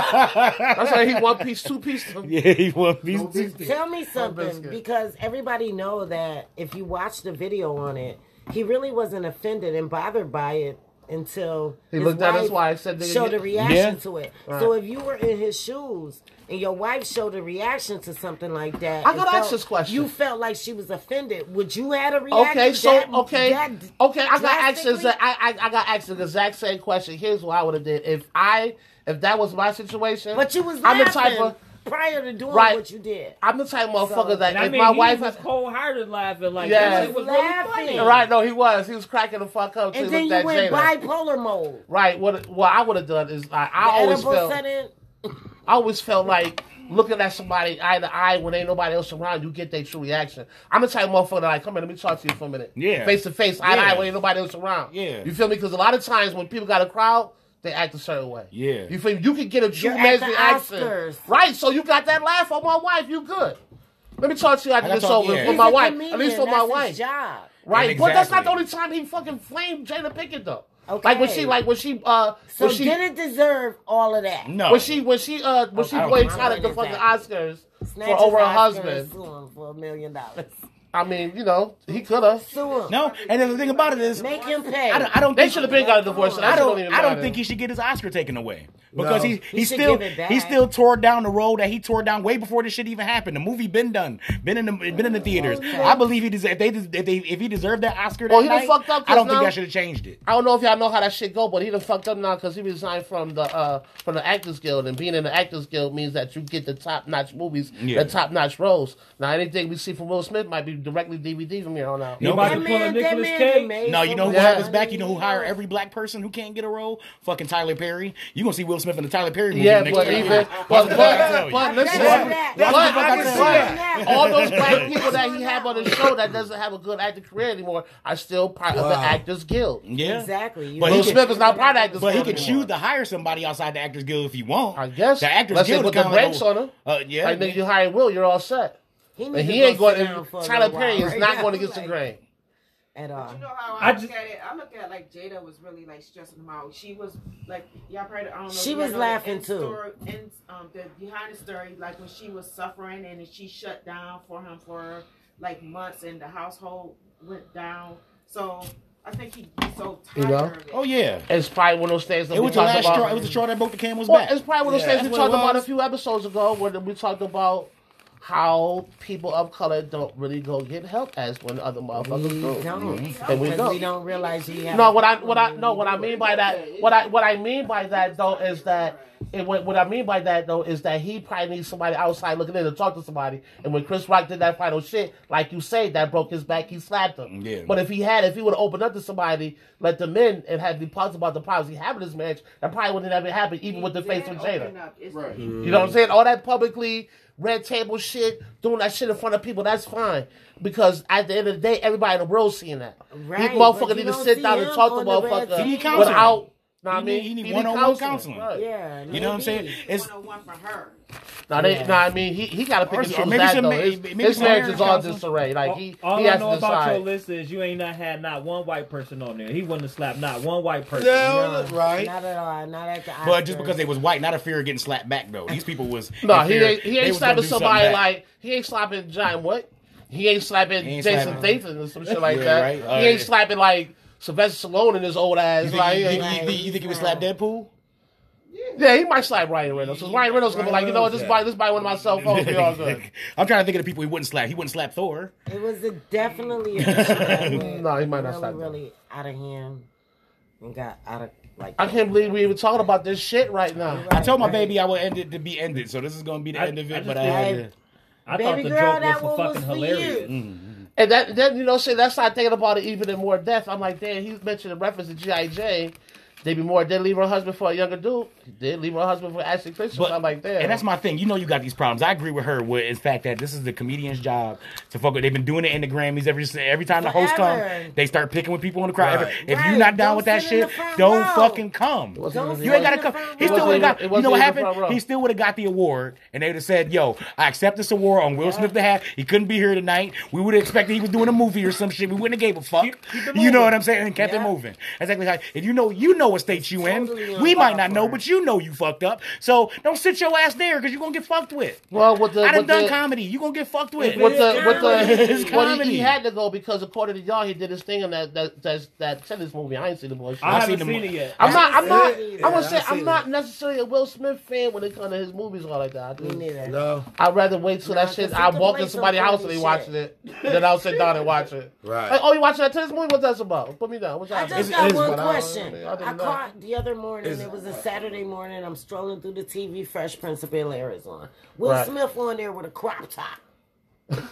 That's why he one piece, two piece. *laughs* Yeah, he one piece. Tell Oh, me something, biscuit. because everybody know that if you watch the video on it, he really wasn't offended and bothered by it until He looked at his wife, said, "Nigga, showed get-" a reaction Yeah. to it. So if you were in his shoes and your wife showed a reaction to something like that, I and gotta ask felt- this question. You felt like she was offended. Would you had a reaction? Okay, so that- okay, Oh, that okay. I got asked the drastically? exact. I, I I got asked the exact same question. Here's what I would have did if I if that was my situation. But you was I'm laughing the type of prior to doing Right. what you did. I'm the type of motherfucker So- that And if I mean, my he wife was cold hearted laughing like Yeah. that. He It was was laughing. really funny. Right, no, he was. He was cracking the fuck up. And too, then looked you at went Jada. bipolar mode. Right, what what I would have done is like I The always edible felt set in. I always felt like looking at somebody eye to eye when ain't nobody else around, you get their true reaction. I'm the type of motherfucker that like, come here, let me talk to you for a minute. Yeah. Face to face, eye to Yeah. eye when ain't nobody else around. Yeah. You feel me? Because a lot of times when people got a crowd, they act a certain way. Yeah. You feel me? You can get a true You're at man's the reaction. Oscars. Right, so you got that laugh on my wife, you good. Let me talk to you after I this thought- over yeah. for He's my a wife. At comedian, least for my that's wife. His job. Right, but that's not the Exactly. only time he fucking flamed Jada Pinkett though. Okay. Like when she, like when she, uh, So when she, didn't deserve all of that. No. when she, when she, uh, when she Okay. boycotted the Exactly. fucking Oscars Snatch for his over her Oscar husband. and sue him for a million dollars. *laughs* I mean, you know, he could have. Sue him. No, and then the thing about it is, Make him pay. I don't, I don't They think- should have been got a divorce. so that I shit don't. even I don't matter. think he should get his Oscar taken away because No. he he, He should still give it back. he still tore down the road that he tore down way before this shit even happened. The movie been done, been in the been in the theaters. I believe he deserved if they if they if he deserved that Oscar. That Well, he done night, fucked up I don't 'cause think now- I should have changed it. I don't know if y'all know how that shit go, but he done fucked up now because he resigned from the uh from the Actors Guild, and being in the Actors Guild means that you get the top notch movies, Yeah. the top notch roles. Now anything we see from Will Smith might be directly DVD from here on out. You Nope. about That to pull a Nicolas done Cage? made No, you know who Yeah. have his back? You know who hire every black person who can't get a role? Fucking Tyler Perry. You gonna see Will Smith in the Tyler Perry movie Yeah, next but year. even Watch but the but, fuck I tell but, you. listen, That's that. but, That's what I but- can say. but all those black people that he have on the show that doesn't have a good acting career anymore are still part of the Wow. Actors Guild. yeah, Exactly. You But Will he Smith is not part of Actors But he Guild. could anymore. choose to hire somebody outside the Actors Guild if he want. I guess. the Actors Unless they Guild put is the kinda like brakes a- on him. Uh, yeah, Like nigga, you hire Will, you're all set. He, But needs he ain't go going. sit down for a to Tyler little Perry while. is Right not now, going he's against the like- grain. At all. You know how I I, look just- at it? I look at it like Jada was really like stressing him out. She was like, y'all probably I don't know. She y'all was know laughing, the end too. Story, end, um, the behind the story, like when she was suffering and then she shut down for him for like months, and the household went down. So I think he he's so tired. You know? of it. Oh yeah, It's probably one of those things that it we was the talked last straw. about. It was the straw that broke the camel's Well, back. it's probably one of those Yeah, things we that's what talked it about a was. few episodes ago when we talked about how people of color don't really go get help as when other motherfuckers We do. don't. And we Because don't. we don't realize he has No, what I what I no what I mean by that what I what I mean by that though is that and what, what I mean by that though is that he probably needs somebody outside looking in to talk to somebody. And when Chris Rock did that final shit, like you say, that broke his back. He slapped him. Yeah. But if he had, if he would have opened up to somebody, let them in, and had the thoughts about the problems he had with his match, that probably wouldn't have happened, even with the He face did of Jada. Mm-hmm. open up. It's Right. the- You know Mm. what I'm saying? All that publicly red table shit, doing that shit in front of people, that's fine. Because at the end of the day, everybody in the world seeing that. Right, you but you motherfucker need to don't sit see down and him talk to on the red motherfucker He need counseling. without. Know what I He mean, need- he need one-on-one counseling. Right. Yeah. you know what I'm saying? It's 101 from her. Now they, Yeah. know what I mean, he, he got to pick Or- and or choose maybe that some though. ma- His, maybe his some marriage is marriage on counseling. disarray. Like All, he, all he I has know to about your decide. list is you ain't not had not one white person on there. He wouldn't have slapped not one white person. No, right. Not at all. Not at the but just Oscars. because they was white, not a fear of getting slapped back though. These people was No, in he fear- ain't, he they ain't was gonna slapping do something somebody back. like he ain't slapping John what? He ain't slapping He ain't Jason slapping- Statham or some shit like Yeah, that. right. He Uh, ain't yeah. slapping like Sylvester Stallone in his old You ass. think, Like, you, yeah, think- you think- you think he would slap Deadpool? yeah, he might slap Ryan Reynolds. Cause Ryan Reynolds gonna be Ryan like, you know what, this Reynolds, buy this buy one of my cell phones. We all good. *laughs* I'm trying to think of the people he wouldn't slap. He wouldn't slap Thor. It was *laughs* a definitely. A that went No, he might not really, stop that. really out of hand and got out of like. I can't believe we even talking about this shit right now. I told my Right. baby I would end it to be ended, so this is gonna be the I- end of I it. just But I think- had to. I Baby thought the girl, joke that was for one was fucking for hilarious. And that, then you know, say that's not thinking about it even in more depth. I'm like, damn, he's mentioned in reference to G.I. Jane. Debbie Moore did leave her husband for a younger dude. She did leave her husband for Ashley Christian. But- I'm like, damn. And that's my thing. You know, you got these problems. I agree with her. With in fact that this is the comedian's job to fuck. with. They've been doing it in the Grammys every every time the host Forever. come. They start picking with people in the crowd. Right. If Right. you're not down Don't with that sit in shit, the front don't row. fucking come. Don't You ain't gotta It come. wasn't He even still would have got. front row. You know what It wasn't even happened? front row. He still would have got the award, and they would have said, "Yo, I accept this award on Will Smith to have. He couldn't be here tonight. We would have expected he was doing a movie or some shit. We wouldn't have gave a fuck. you know what I'm saying? And kept it Yeah. moving. Exactly. How, if you know, you know what state you totally in. We might not know, unpopular. but you know you fucked up. So don't sit your ass there because you're gonna get fucked with. well, with the I done with the, done comedy. You gonna get fucked with. with the It's with the *laughs* It's well, he, comedy. he had to go because according to y'all, he did his thing in that that that, that tennis movie. I ain't seen the bullshit. I I've haven't seen seen, the it mo- yet. I'm not. I'm not. Yeah, I'm gonna I've say I'm seen not necessarily a Will Smith fan when it comes to his movies and all like that. I Me just- neither. No, I'd rather wait till Nah, that shit. 'cause he I can walk play in some somebody's house and they funny watching *laughs* it. Then I'll sit down and watch it. Right. Like, oh, you watching that tennis movie? What's that about? Put me down. What's I that? just It's- got it's- but one I don't- question. other I than that- caught the other morning. It's- It was a Saturday morning. I'm strolling through the TV. Fresh Prince of Bel Air is on. Will Right. Smith on there with a crop top.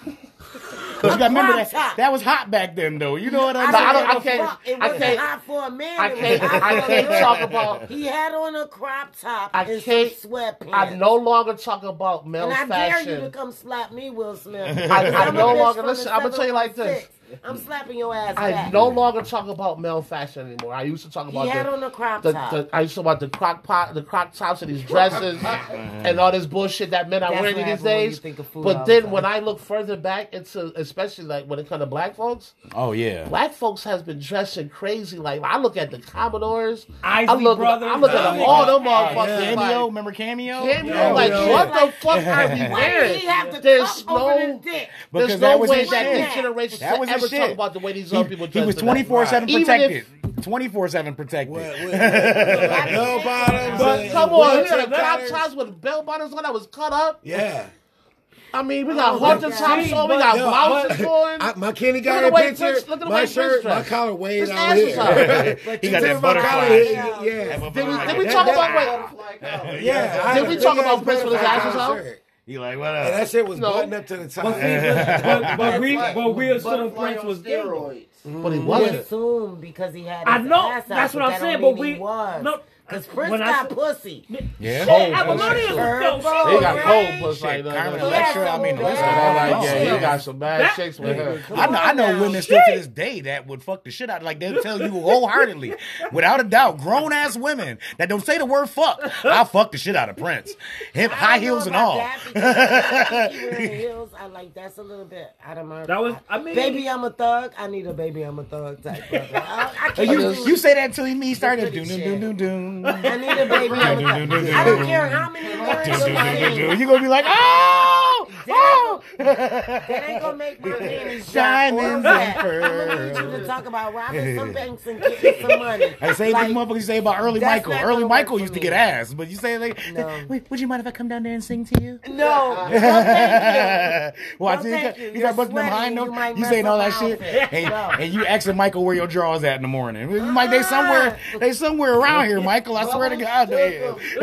But you gotta remember Crop top. that that was hot back then, though. You know what I'm Nah, saying? I don't- give I a can't- fuck. I It wasn't can't- hot for a man. I It was can't. hot I for a can't girl. talk about. He had on a crop top I and some can't- sweatpants. I no longer talk about And male's I dare you to fashion. come slap me, Will *laughs* Smith. I- I I'm a no bitch longer- from listen, the I'ma tell you like 706. I'm slapping your ass I back. no longer talk about male fashion anymore. I used to talk about He had the- on a crop the, top. the, I used to talk about the crock pot, the crock tops and these *laughs* dresses and all this bullshit that men are That's wearing what these happens when you days. think of food all But the then time. when I look further back into, especially like when it comes to black folks, Oh yeah. black folks has been dressing crazy. Like I look at the Commodores, Isley I look, Brothers. I look at them, Oh, all them yeah. motherfuckers. Yeah. Cameo, Like, remember cameo? Cameo, Yeah. like Yeah. what the fuck are we Why did wearing? he have to There's cup over no, his dick? Because there's that no was way his that shit. this generation That should was ever his talk shit. about the way these He, young people he dress. was today. 24 7 Even protected. if- 24 7 protected. What- what- no bottoms. But and come on, we wheelchair had a crop cutters. tops with bell bottoms on that was cut up. Yeah. I mean, we got Oh, halter yeah. tops on, we But got no, blouses but- on. I, my Kenny at got the a way picture. Prince- look at the way my Prince shirt, my dressed. collar way His down ass was here. out. He got Tip that of my collar butterfly. here, Yeah. Yeah. Did we, did we That- talk that- about wait? Like, oh, Yeah. I Did had we a talk big-ass about Prince with his butterfly ashes collar out? shirt. You like what up? And that shit was No. buttoned up to the top. *laughs* But, see, but, but, but we but we assumed Butterfly Prince on was gay. though. steroids. But he We wasn't. assumed because he had. I his know ass out, that's what I'm that saying, don't but mean we he was. no Cause Prince when I got said- pussy. yeah. Shit, Cold Abalone pussy. is Her no, bro- They shit. got Right? cold pussy like Shit, Carmen that. Electra. Electra. I mean, Yeah. listen, I I like like Oh, yeah, that. he got some bad That- chicks with her. I know, I know now. women still to this day that would fuck the shit out. Like they'll tell you wholeheartedly, without a doubt, grown ass women that don't say the word fuck. I fuck the shit out of Prince, hip I high don't know heels and about all. that because I think he *laughs* wearing heels, I like that's a little bit out of my. That was- I mean- baby, I'm a thug. I need a baby, I'm a thug type. Brother. I, I can't You, do- you say that to me, started pretty doom doom shit. doom doom *laughs* doom. I need a baby. I'm a thug. I don't care how many *laughs* Doom, lyrics doom, somebody doom, doom, sings. doom. You gonna be like, oh, oh. That ain't gonna make *laughs* my panties drop Diamonds or and wet. I'm pearls. gonna need you to talk about *laughs* robbing some banks and getting some money. Hey, same Like, thing motherfuckers say about early that's Michael. not gonna Early work Michael for used to me. get ass, but you say like, No. wait, would you mind if I come down there and sing to you? No, no, *laughs* thank you. Watch No, it. thank You, you. you You're got busting them sweaty high and you notes. might You, mess saying all up that my shit, outfit. and, No. and you asking Michael where your drawers at in the morning. Mike, they somewhere, Ah. they somewhere around here, Michael. I swear to God, they is.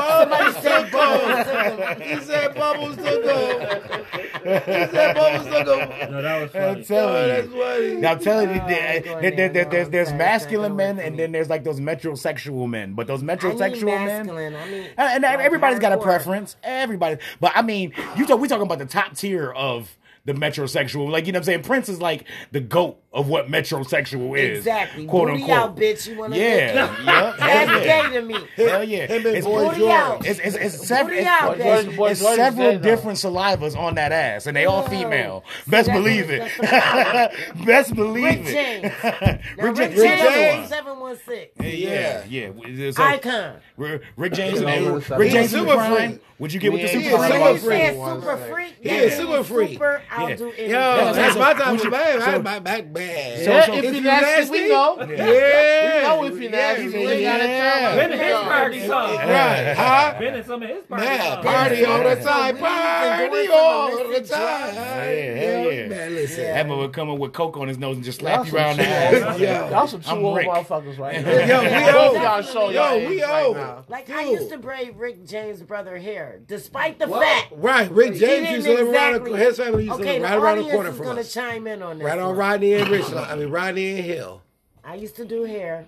Bubbles said to go. He said bubbles to go. He said bubbles to go. *laughs* No, that was I'm funny. Oh, telling that's you. funny. Now I'm telling you, Oh, there- go there- there- down. No, there's I'm there's sorry. masculine Don't men, work for and me. then there's like those metrosexual men. But those I mean metrosexual men, masculine. I mean, And, and like everybody's got a hardcore. preference. Everybody, but I mean, you talk. We talking about the top tier of the metrosexual. Like you know, what I'm saying Prince is like the goat of what metrosexual is. Exactly. Quote Booty unquote. out, bitch. You want to Yeah. *laughs* yep. That's Hell *laughs* gay yeah. to me. Hell yeah. Him and It's, Boy it's, Booty out. it's, it's, it's, sev- Booty it's, out, it's- baby. Boy it's George several said that. different salivas on that ass, and they all Ew. female. See, Best that's believe what- it. that's *laughs* Best believe Rick it. James. Now, *laughs* Rick James. Rick Rick James, James. seven one six. Yeah, yeah. So, Icon. Rick Rick James. You know, and- we're Rick James super and the crime. free. Would you get with the Yeah, super he is crime? super When you free. said One super second. freak, Yeah, that means super freak. Super, I'll Yeah. do anything. Yo, that's my time Would to you- babe. I so- had my back bad. So- so- if you nasty, we know. Yeah. We know if you nasty, Yeah, we really. gotta tell him. Been in his party time. Right, huh? Been in some of his party Man, time. party all the time, We need to do party it all from the a time. Yeah, hell yeah. Man, listen. That man would come up with coke on his nose and just slap Y'all you around the some true *laughs* ass. old- Yeah. y'all some true I'm old Rick. motherfuckers right *laughs* now. Yo, we Both old. of y'all show Yo, y'all age we right old. now. Like I Dude. used to braid Rick James' brother hair, despite the fact Right, Rick he James didn't used to live around the, exactly- his family used to Okay, live the right around the audience corner is from gonna us. chime in on this. Right on one. Rodney and Richland. I mean Rodney and Hill. I used to do hair,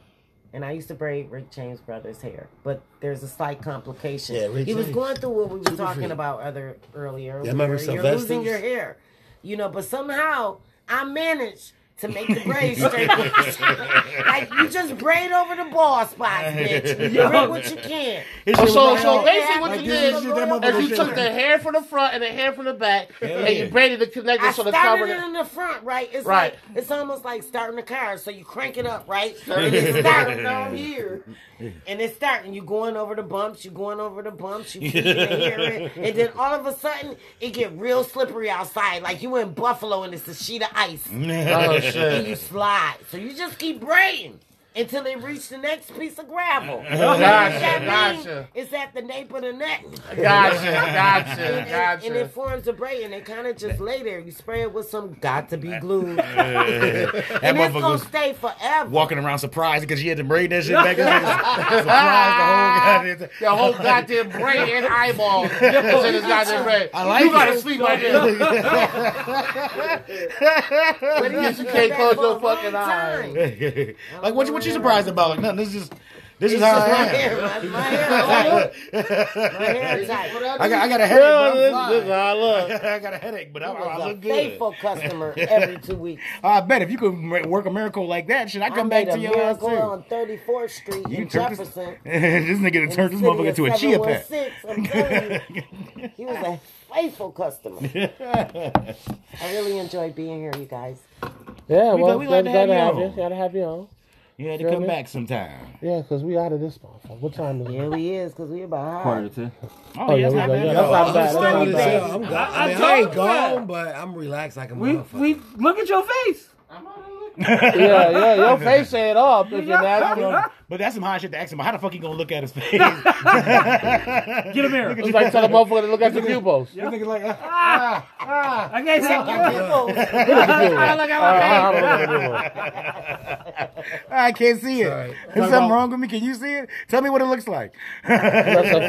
and I used to braid Rick James' brother's hair. But there's a slight complication. Yeah, Rick he was James. going through what we were talking free. about other earlier. Yeah, remember where you're Sylvester's? losing your hair, you know. But somehow I managed to make the braids *laughs* straight. *laughs* like you just braid over the ball spots, *laughs* bitch. You braid what you can. So, so, *laughs* like- so basically, what Like, you this did is is just that motherfucker you shit. took the hair from the front and the hair from the back, and yeah. you braided the connector I so the started cover. it in the front, right? It's Right. like it's almost like starting a car. So you crank it *laughs* up, right? Turn And it's it starting down down here. here. and it's starting. You going over the bumps, you going over the bumps, you keep the hair in, *laughs* and then all of a sudden it get real slippery outside, like you in Buffalo and it's a sheet of *laughs* ice, Oh and you shit! slide. So you just keep braiding until they reach the next piece of gravel. What *laughs* that Gotcha, means gotcha, It's at the nape of the neck. *laughs* gotcha, And, gotcha, and it gotcha. forms a braid, and it kind of just lay there. You spray it with some got to be *laughs* glue, and That it's motherfucker gonna was stay forever. walking around surprised because you had to braid that shit back up. Surprised the whole goddamn The whole goddamn brain and eyeball is *laughs* in this goddamn brain. I like you gotta it. sleep like this. But it You *laughs* was can't close for a your fucking long eyes. time. like what you what you surprised about? Like nothing. This is this is It's how just my I am. hair. My, *laughs* my hair tight. My hair tight. I got I got a headache. but I'm fine. I *laughs* look. I got a headache, but I, I I was a look good. faithful customer every two weeks. I bet if you could ma- work a miracle like that, should I I come made back to a your ass *laughs* miracle too? on 34th Street You in turned this, Jefferson. this nigga done turned this motherfucker to a chia pet. oh I'm telling you, he was a faithful customer. I really enjoyed being here, you guys. *laughs* Yeah, We well, glad- we glad to have you on. Gotta have you on. You had to Feel come me? back sometime. Yeah, because we out of this motherfucker. What time is it? Here we is, because we about high. Oh, yeah, yeah, that's we go. not Yeah, bad. that's Oh, not bad. That's not I'm still in the bad. cell. I'm gone. I- I I, mean, I ain't told you that. gone, but I'm relaxed like a We motherfucker. we look at your face. I'm on Yeah, yeah, your face ain't up if you're *laughs* nasty. But that's some hot shit to ask him. How the fuck he gonna look at his face? Get a mirror. It's like tell the motherfucker to look at the pupils. This nigga like, ah, I can't see. I look at All right, *laughs* I my face. don't know what to *laughs* do. *laughs* I can't see it. Sorry. Is something wrong with me? Can you see it? Tell me what it looks like. *laughs* That's a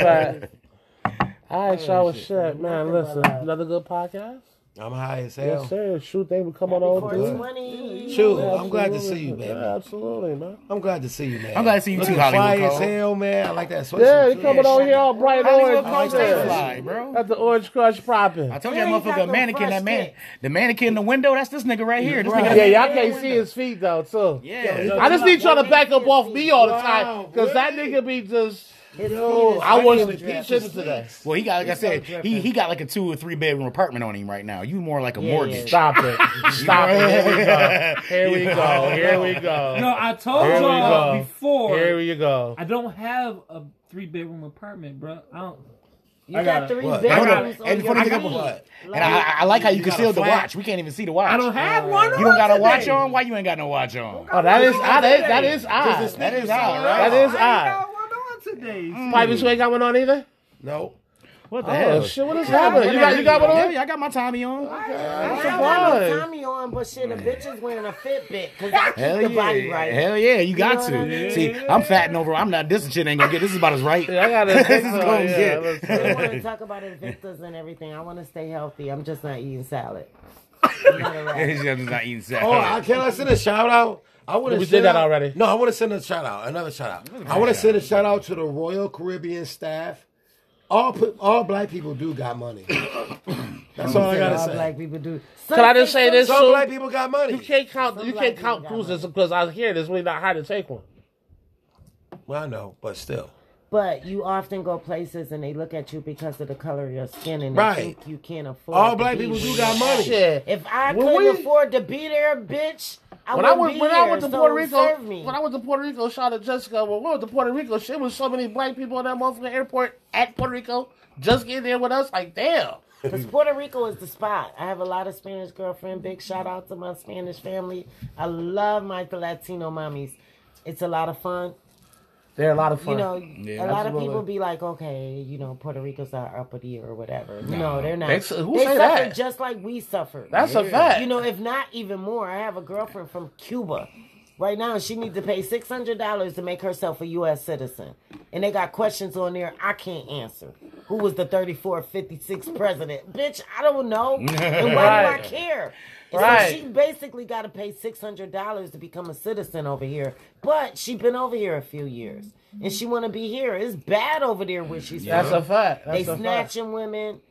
fact. All right, y'all. What's shit. up, man? Listen, another good podcast. I'm high as hell. Yes, sir. Shoot, they would come on over. Good. Money. Shoot, I'm glad to see you, man. baby. absolutely, man. I'm glad to see you, man. I'm glad to see you Looking too, Hollywood Fly as Cole. hell, man. I like that sweatshirt. Yeah, too. he coming on here all bright Hollywood orange. Cole stay Yeah. fly, bro. Got the orange crush popping. I told you that Yeah, he got motherfucker a no mannequin, that breast man, yet. the mannequin in the window. That's this nigga right here. This nigga Yeah, y'all can't see his feet though, too. Yeah, I just need y'all to back up off me all the time, cause that nigga be just. Yo, I wasn't pitching today. Well, he got like I said, he he got like a two or three bedroom apartment on him right now. You more like a mortgage. Stop it! Stop it! *laughs* Here we go! Here we go! No, I told Here we y'all go. before. Here we go! I don't have a three bedroom apartment, bro. I don't. You I got got- three What? Hold on. bedrooms. And on the your funny thing feet. about What? and I, I like how you, You got concealed a the flat? watch. We can't even see the watch. I don't have one. You don't got a watch on? Why you ain't got no watch on? Oh, that is odd. That is that is Does odd. the That is sneakers odd, sound right? right? That is I odd. got one on today. Private you ain't got one on either. No. What Oh shit! What is happening? You got you got one on? Yeah, I got my Tommy on. I'm I don't got no surprised. Tommy on, but shit, a bitch is wearing a Fitbit because I keep Hell the yeah. body right. Hell yeah, you got know to. what I mean? See, I'm fat and over. I'm not, this shit ain't gonna get, this is about as right. Yeah, I got a *laughs* this is gonna yeah, get. I don't listen. want *laughs* to talk about Invictus and everything. I want to stay healthy. I'm just not eating salad. She's just not eating salad. Oh, I, can I send a shout out? I want to. We did that already. No, I want to send a shout out. Another shout out. I want to send a shout out to the Royal Caribbean staff. All pe- all black people do got *coughs* money. That's all I gotta All say. black people do. Can I just say this? Some So- black people got money. You can't count. Some You black can't people count got cruises because I hear there's really not hard to take one. Well, I know, but still. But you often go places and they look at you because of the color of your skin and Right. they think you can't afford. All to black be people do there. got money. Shit. If I When couldn't we- afford to be there, bitch, I When I wouldn't went be when I there, went to so Puerto Rico, serve me. when I went to Puerto Rico, shout out to Jessica. When we went to Puerto Rico, shit was so many black people in that motherfucking airport at Puerto Rico just getting there with us. Like damn, Because Puerto Rico is the spot. I have a lot of Spanish girlfriend. Big shout out to my Spanish family. I love my Latino mommies. It's a lot of fun. they're a lot of You know, Yeah, a lot absolutely. of people be like, okay, you know, Puerto Rico's are uppity or whatever. No, they're not. They s- who they say suffer that? just like we suffered. that's a fact. you know, if not even more. I have a girlfriend from Cuba. Right now, she needs to pay six hundred dollars to make herself a U.S. citizen, and they got questions on there I can't answer. Who was the 34th, 56th president? Bitch, I *laughs* don't know. And why Right. do I care? Right. So she basically got to pay six hundred dollars to become a citizen over here, but she been over here a few years, and she want to be here. It's bad over there where she's that's from. a fact. They That's a fact. snatching women.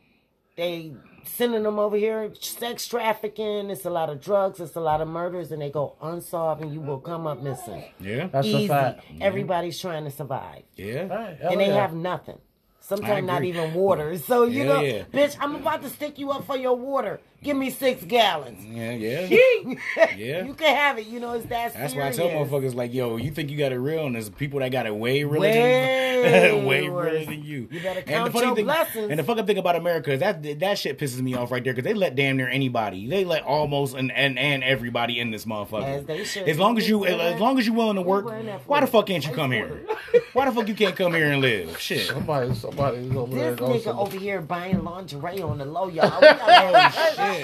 They sending them over here, sex trafficking. It's a lot of drugs. It's a lot of murders, and they go unsolved, and you will come up missing. Yeah, That's Easy. a fact. Everybody's trying to survive, yeah. Right, hell and they yeah. have nothing. Sometimes not agree. even water. *laughs* So you Hell know, yeah. bitch, I'm about to stick you up for your water. Give me six gallons. Yeah, yeah. Yeah. you can have it. You know, it's that That's why I serious. tell motherfuckers like, yo, you think you got it real, and there's people that got it way realer Way than you. *laughs* way realer worse. than you. You better and the count funny your thing, blessings. And the fucking thing about America is that that shit pisses me off right there because they let damn near anybody. They let almost and and, and everybody in this motherfucker. As they should. As long as you You as long as you willing to work, weren't that why the for it. fuck can't you come here? Why the fuck you can't come here and live? Shit. Somebody, somebody's over there. This going nigga somewhere. over here buying lingerie on the *laughs* low, y'all. We got- Oh,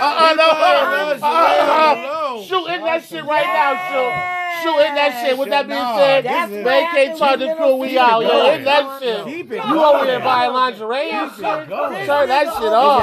Uh-uh, no, uh-uh, Because uh-uh, uh-uh. no. Shoot in that shit right now, shoot. Shoot in that shit. With that being Nah, said, that's man what can't happened. charge We the little crew. We keep out, it yo. In going. that shit. Keep it You over going. here buying lingerie and shit. going. Turn that shit off.